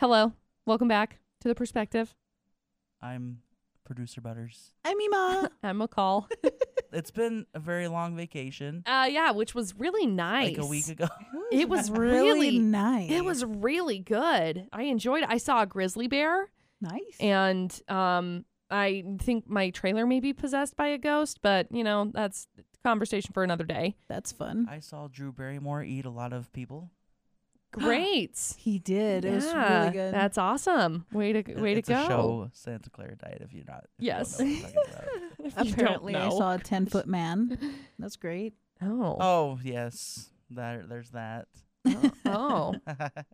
Hello. Welcome back to the perspective. I'm producer Butters. I'm Ima. I'm McCall. It's been a very long vacation. Uh yeah, which was really nice. Like a week ago. It was really- nice. It was really good. I enjoyed it. I saw a grizzly bear nice. and um I think my trailer may be possessed by a ghost, but you know, that's a conversation for another day. That's fun. I saw Drew Barrymore eat a lot of people. Great. He did. It was Yeah, really good. That's awesome. Way to way it's to go. A show Santa Clara died. If you're not. If Yes. You don't know what I'm talking about. If you don't Apparently, I know. saw a ten foot man. That's great. Oh. oh yes, there, there's that. oh.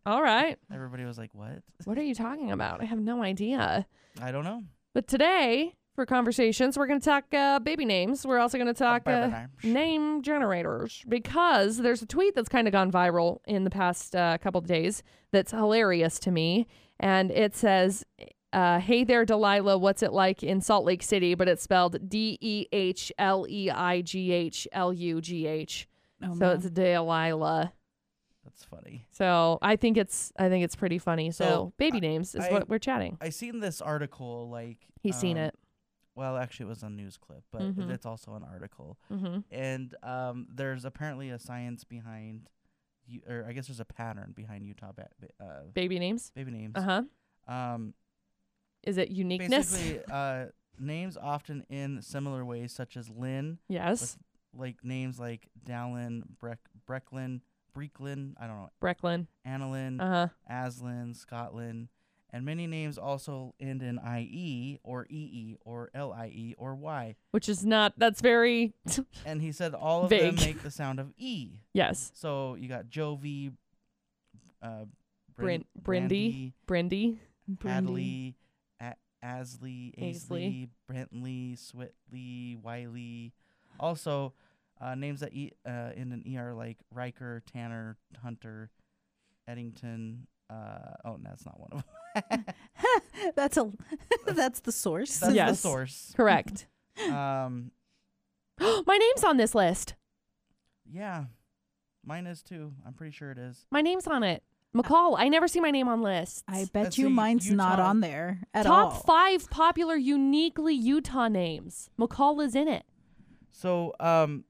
All right. Everybody was like, "What? What are you talking about? I have no idea. I don't know." But today, for conversations, we're going to talk uh, baby names. We're also going to talk uh, Barbenheimer. name generators because there's a tweet that's kind of gone viral in the past uh, couple of days that's hilarious to me. And it says, uh, Hey there, Delilah, what's it like in Salt Lake City? But it's spelled D E H L E I G H L U G H. Oh, So man. it's Delilah. That's funny. So I think it's I think it's pretty funny. So, So, baby I- names is I- what we're chatting. I seen this article. Like He's seen um, it. Well, actually, it was a news clip, but Mhm. it's also an article. hmm And um, there's apparently a science behind, you, or I guess there's a pattern behind Utah ba- ba- uh, Baby names. baby names. Uh huh. Um, Is it uniqueness? basically, uh, names often in similar ways, such as Lynn, yes. like names like Dallin, Breck, Brecklin, Breeklin, I don't know, Brecklin. Annalyn, Uh huh. Aslan, Scotland, and many names also end in IE or EE or LIE or Y. Which is not, that's very, And he said all of Vague. them make the sound of E. yes. So you got Jovi, uh, Brin- Brindy. Brindy. Brandy. Hadley, A- Asley, Aisley. Aisley, Brentley, Switley, Wiley. Also, uh, names that e- uh, end in ER like Riker, Tanner, Hunter, Eddington. Uh, oh, no, that's not one of them. that's a. that's the source. That's the Yes. source. Correct. Um, My name's on this list. yeah, mine is too. I'm pretty sure it is. My name's on it. McCall. I never see my name on lists. I bet Let's you see, mine's not Utah. on there at Top all. five popular uniquely Utah names. McCall is in it. So, um,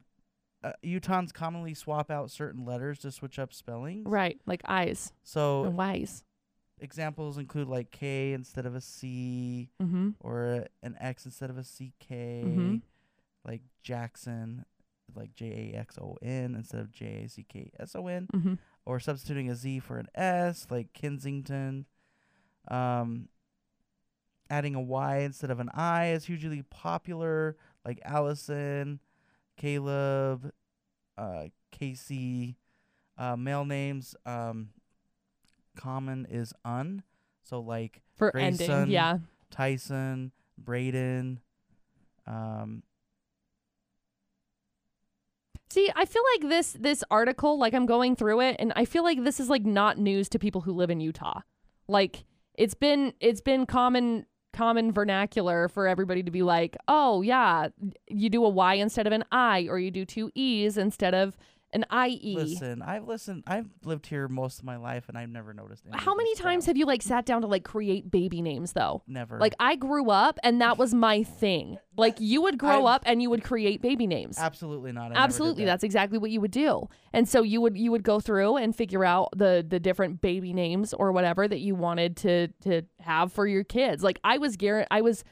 uh, Utahns commonly swap out certain letters to switch up spellings. Right. Like eyes Oh. So, and Y's. examples include like K instead of a C. Mm-hmm. or a- an X instead of a CK, Mhm. like Jackson, like J A X O N instead of J A C K S O N, Mm-hmm. or substituting a Z for an S, like Kensington. Um, adding a Y instead of an I is hugely popular, like Allison, Caleb, uh, Casey. Uh, male names um, common is un, so like For ending. Grayson. Yeah. Tyson, Braden. Um, See, I feel like this this article, like I'm going through it, and I feel like this is like not news to people who live in Utah. Like it's been it's been common common vernacular for everybody to be like, oh yeah, you do a Y instead of an I, or you do two E's instead of an E." IE. listen, I've listened. I've lived here most of my life, and I've never noticed. Any How many times have you like sat down to like create baby names though? never Like I grew up and that was my thing. Like you would grow I've- up and you would create baby names. absolutely not? I never did Absolutely, that. that's exactly what you would do. And so you would you would go through and figure out the the different baby names or whatever that you wanted to to have for your kids. Like I was gar- I was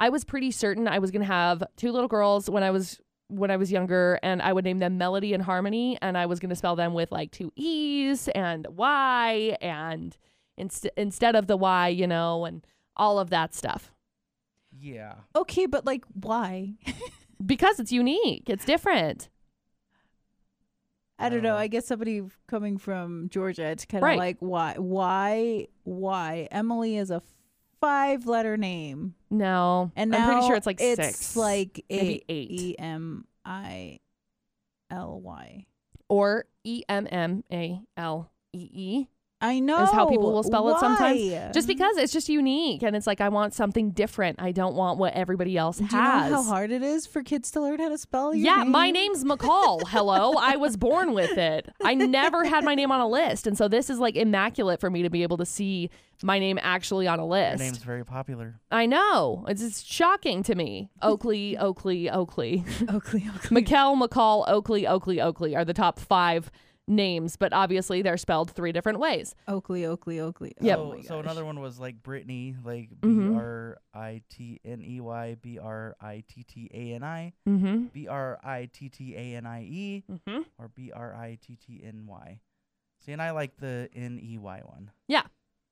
I was pretty certain I was going to have two little girls when I was when I was younger and I would name them Melody and Harmony and I was going to spell them with like two E's and Y and inst- instead of the Y, you know, and all of that stuff. yeah. Okay, but like, why? Because it's unique, it's different. I don't know. Uh, I guess somebody f- coming from Georgia, it's kind of Right. like why, why, why? Emily is a five-letter name, No. and I'm now pretty sure it's like it's six. like maybe a- eight. E M I L Y. or E M M A L E E. I know is how people will spell it sometimes. Why? Just because it's just unique and it's like I want something different. I don't want what everybody else Do you has. know how hard it is for kids to learn how to spell? Your yeah, name? my name's McCall. Hello. I was born with it. I never had my name on a list. And so this is like immaculate for me to be able to see my name actually on a Your list. name's very popular. I know. It's just shocking to me. Oakley, Oakley, Oakley. Oakley. Oakley. McKell, McCall, Oakley, Oakley, Oakley are the top five names, but obviously they're spelled three different ways. Oakley. Oakley. Oakley. Yep. Oh So, my so gosh. another one was like Brittany, like Mhm. B R I T N E Y, B R I T T A N I, Mm-hmm. B R I T T A N I E, Mm-hmm. or B R I T T N Y. See, and I like the N E Y one.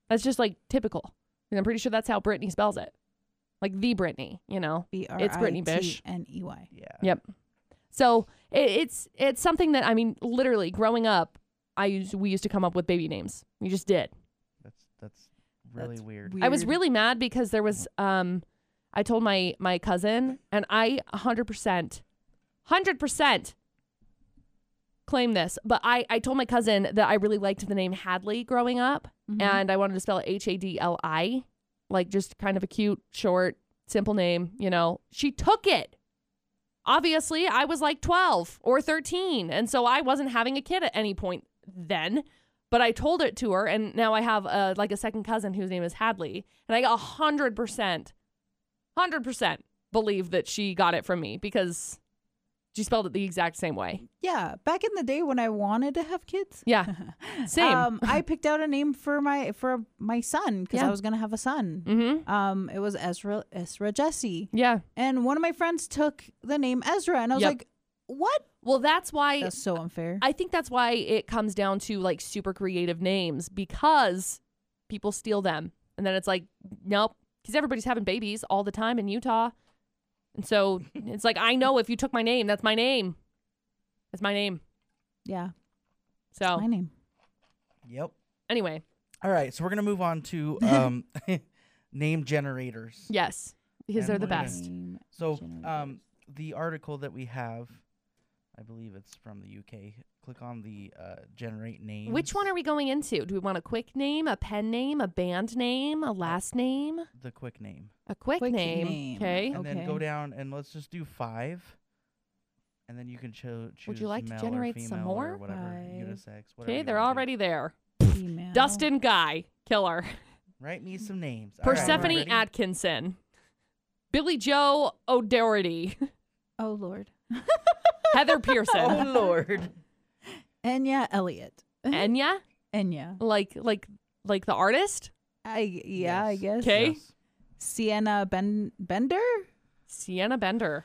That's just like typical. And I'm pretty sure that's how Britney spells it. Like the Britney, you know? E It's Brittany Bish. B-R-I-T-N-E-Y. Yeah. Yep. So it, it's it's something that I mean, literally growing up, I used we used to come up with baby names. We just did. That's that's really That's weird. I was Weird. really mad because there was um I told my my cousin and I 100% 100% claim this, but I I told my cousin that I really liked the name Hadley growing up Mhm. and I wanted to spell it H A D L I, like just kind of a cute, short, simple name, you know. She took it. Obviously, I was like 12 or 13, and so I wasn't having a kid at any point then. But I told it to her, and now I have uh like a second cousin whose name is Hadley, and I got hundred percent, hundred percent believe that she got it from me because she spelled it the exact same way. yeah, back in the day when I wanted to have kids. Yeah, same. Um, I picked out a name for my for my son because Yeah. I was gonna have a son. mm-hmm. Um, it was Ezra Ezra Jesse, Yeah. and one of my friends took the name Ezra, and I was Yep. like, "What? Well, that's why That's so unfair." I think that's why it comes down to like super creative names because people steal them. And then it's like, nope, because everybody's having babies all the time in Utah. And so it's like, I know if you took my name, that's my name. That's my name. yeah, my So name. Yep. anyway, All right, so we're gonna move on to um, name generators. yes, because And they're the we're gonna- best. Name So, generators. um, the article that we have, I believe it's from the UK. Click on the uh, generate name. Which one are we going into? Do we want a quick name, a pen name, a band name, a last name, the quick name? a quick, Quick name? name. Oh, Okay. And then go Okay. down and let's just do five. And then you can cho- choose. Would you like to male or generate some female more? Or whatever, Five. unisex. Whatever Okay, you they're wanna do. already there. Female. Dustin Guy, killer. Write me some names. All right, we're Persephone ready? Atkinson, Billy Joe O'Doherty, Oh Lord. Heather Pearson, Oh lord. Enya Elliott. Enya, Enya. like like like the artist, I yeah, I Yes. guess. 'Kay. Yes. Sienna ben- Bender, Sienna Bender,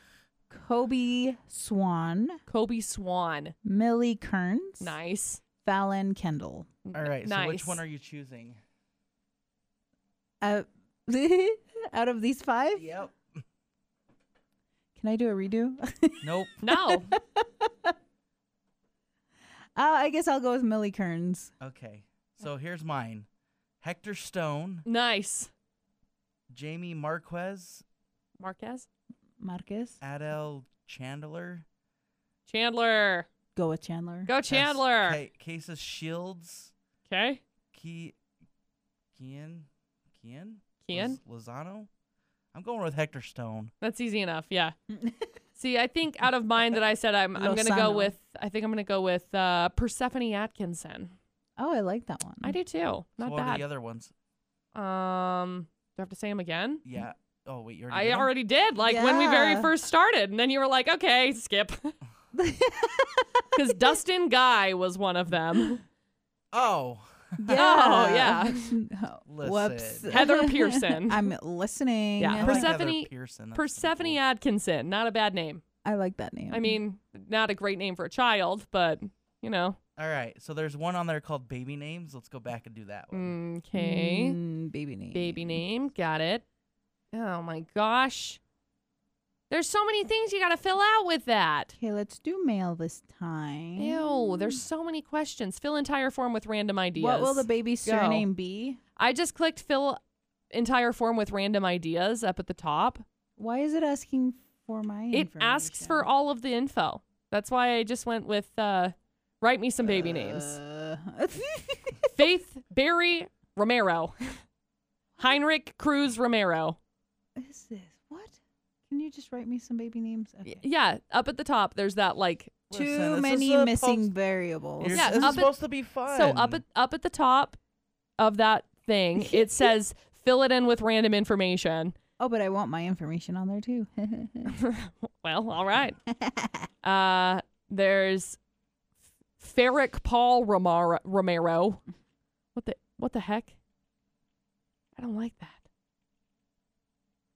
Kobe Swan, Kobe Swan, Millie Kearns, nice. Fallon Kendall. All right. nice. So which one are you choosing? Uh, out of these five, Yep. can I do a redo? uh, Nope. No, I guess I'll go with Millie Kearns. Okay. So here's mine. Hector Stone, nice. Jamie Marquez, Marquez, Marquez, Adele Chandler, Chandler, go with Chandler. go Chandler. Case Shields, Okay, Key, Kian, Kian, Kian, Loz- Lozano. I'm going with Hector Stone. that's easy enough. Yeah. See, I think out of mine that I said I'm, I'm gonna go Lozano. with. I think I'm gonna go with uh, Persephone Atkinson. oh, I like that one. Mm. I do too. so Not what are the bad. other ones? Um, do I have to say them again? Yeah. Oh wait, you already. I did them? already did, like when we very Yeah. first started, and then you were like, "Okay, skip," because Dustin Guy was one of them. Oh. yeah. Oh, Whoops. Listen. Heather Pearson. I'm listening. Yeah, I I like like, Persephone- Heather Pearson. that's Persephone simple. Atkinson, not a bad name. I like that name. I mean, not a great name for a child, but you know, All right, so there's one on there called baby names. Let's go back and do that one. okay, Mm, baby name. baby name, got it. Oh my gosh, there's so many things you got to fill out with that. Okay, let's do male this time. Ew, there's so many questions. Fill entire form with random ideas. Mm. What will the baby's Go. surname be? I just clicked fill entire form with random ideas up at the top. Why is it asking for my It asks for information? all of the info. That's why I just went with uh, write me some baby names. Uh, Faith Barry Romero. Heinrich Cruz Romero. What is this? What? Can you just write me some baby names? Y- Okay. Yeah, up at the top there's that like Listen, this Too is many supposed- missing variables. You're- Yeah, this up is at- supposed to be fun. so up at up at the top of that thing it says fill it in with random information. Oh, but I want my information on there too. well, all right. Uh, there's Ferric Paul Romar- Romero. What the what the heck? I don't like that.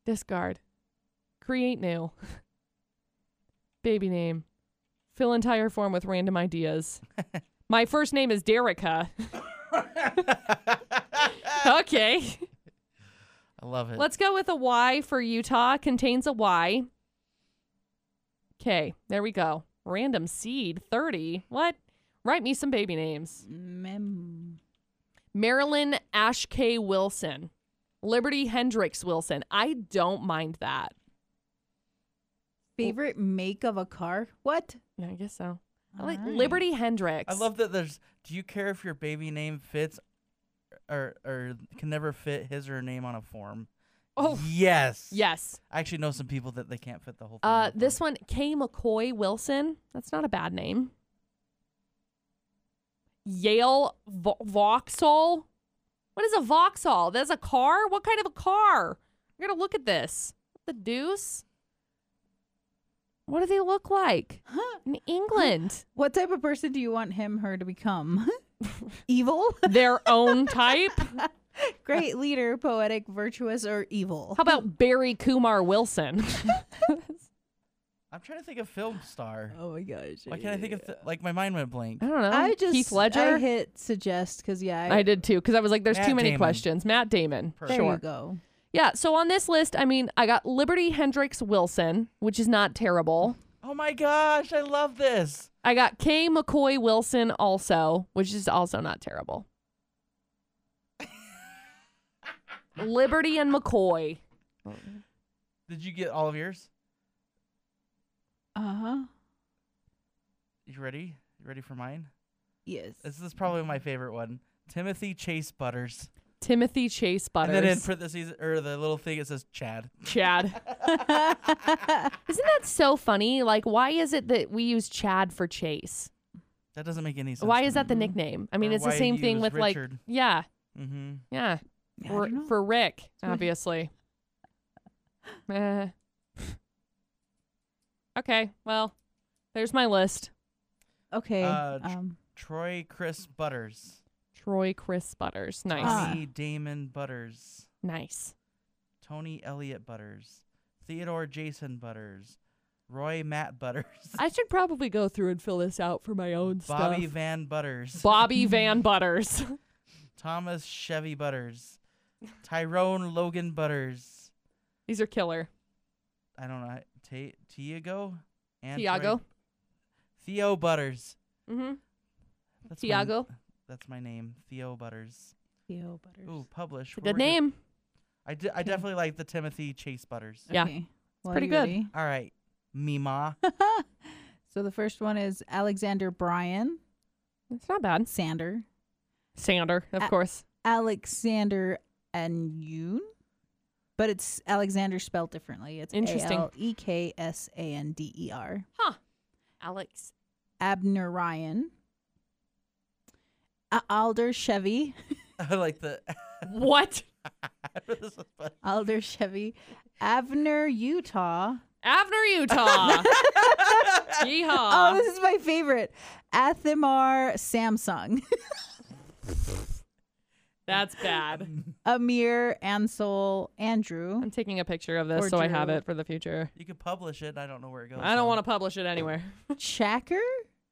Discard. Create new. Baby name. Fill entire form with random ideas. My first name is Derica. okay. I love it. Let's go with a Y for Utah. Contains a Y. Okay, there we go. Random seed 30. What? Write me some baby names. Mem. Marilyn Ash K. Wilson. Liberty Hendricks Wilson. I don't mind that. Favorite make of a car? What? Ah. Yeah, I guess so. I like Alright. Liberty Hendricks. I love that there's do you care if your baby name fits or or can never fit his or her name on a form? Oh, yes. yes. I actually know some people that they can't fit the whole thing. on Uh, a this form. one, Kay McCoy Wilson. That's not a bad name. Yale Vo- Vauxhall. What is a Vauxhall? That's a car? What kind of a car? You're going to look at this. What the deuce? What do they look like? Huh? In England, What type of person do you want him, her to become? evil? their own type. How Great leader, poetic, virtuous, or evil? about Barry Kumar Wilson? I'm trying to think of film star. Oh my gosh. Why can't I think of th- like my mind went blank? I don't know. I just Keith Ledger. I hit suggest because yeah, I, I did too because I was like, "There's Matt too many Damon. questions." Matt Damon. Perfect. there Sure. you go. Yeah, so on this list, I mean, I got Liberty Hendricks Wilson, which is not terrible. Oh my gosh, I love this. I got Kay McCoy Wilson also, which is also not terrible. Liberty and McCoy. Did you get all of yours? Uh Uh-huh. huh. You ready? You ready for mine? Yes. This is probably my favorite one. Timothy Chase Butters. Timothy Chase Butters. And then in parentheses or the little thing it says Chad. Chad. Isn't that so funny? Like, why is it that we use Chad for Chase? That doesn't make any sense. Why is that the nickname? I mean, Or it's the Uh, why same do you thing use with like, Richard? yeah, Mm-hmm. yeah. I for, don't know. for Rick, what- obviously. Eh. okay, well, there's my list. okay. Uh, tr- um, Troy Chris Butters. Troy Chris Butters. Nice. Ah. Tommy Damon Butters. Nice. Tony Elliott Butters. Theodore Jason Butters. Roy Matt Butters. I should probably go through and fill this out for my own Bobby stuff. Van Butters. Bobby Van Butters. Thomas Chevy Butters. Tyrone Logan Butters. These are killer. I don't know. Ta- Tiago? And Tiago. Troy- Theo Butters. Mm-hmm. That's my- Tiago. that's my name. Theo Butters. Theo Butters. Ooh, publish. It's a Where good we go- name. I, de- I definitely like the Timothy Chase Butters. Yeah. Okay. Well, pretty you good. ready? All right. Mima. So the first one is Alexander Bryan It's not bad. Sander, Sander, of A- course. Alexander Anyun, but it's Alexander spelled differently. It's Interesting. A L E K S A N D E R. Alex. Abner Ryan, A- Alder Chevy, I like the. What? this is funny. Alder Chevy, Abner Utah. Avner, Utah. Yeehaw. Oh, this is my favorite. Athemar Samsung, That's bad. Amir Ansel Andrew. I'm taking a picture of this Or so I have Drew. it for the future. You could publish it. I don't know where it goes. I don't want to publish it anywhere. Chacker,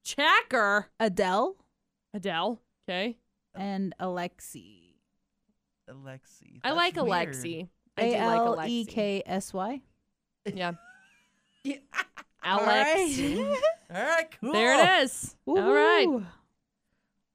Chacker. Adele, Adele. Okay. and Alexi. to. Alexi. I That's like weird. Alexi. I do A L like Alexi. E K S Y. Yeah. Yeah. Alexi. All right, cool. There it is. All right. Woohoo. Yeah.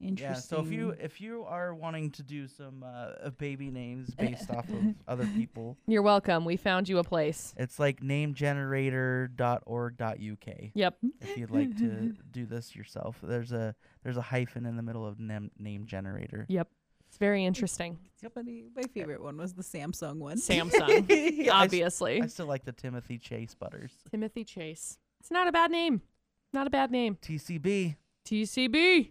Interesting. So if you if you are wanting to do some uh, uh, baby names based off of other people, You're welcome. We found you a place. it's like namegenerator.org.uk. Yep. If you'd like to do this yourself, there's a there's a hyphen in the middle of nem- name generator. It's very interesting. Funny. My favorite one was the Samsung one. Samsung, I s- obviously. I still like the Timothy Chase Butters. Timothy Chase. It's not a bad name. Not a bad name. TCB. TCB.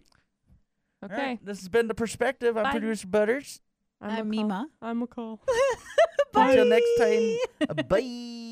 All Okay. right, this has been the perspective. I'm Bye. producer Butters. I'm McCall. Mima. I'm McCall. Until next Bye. time. Bye.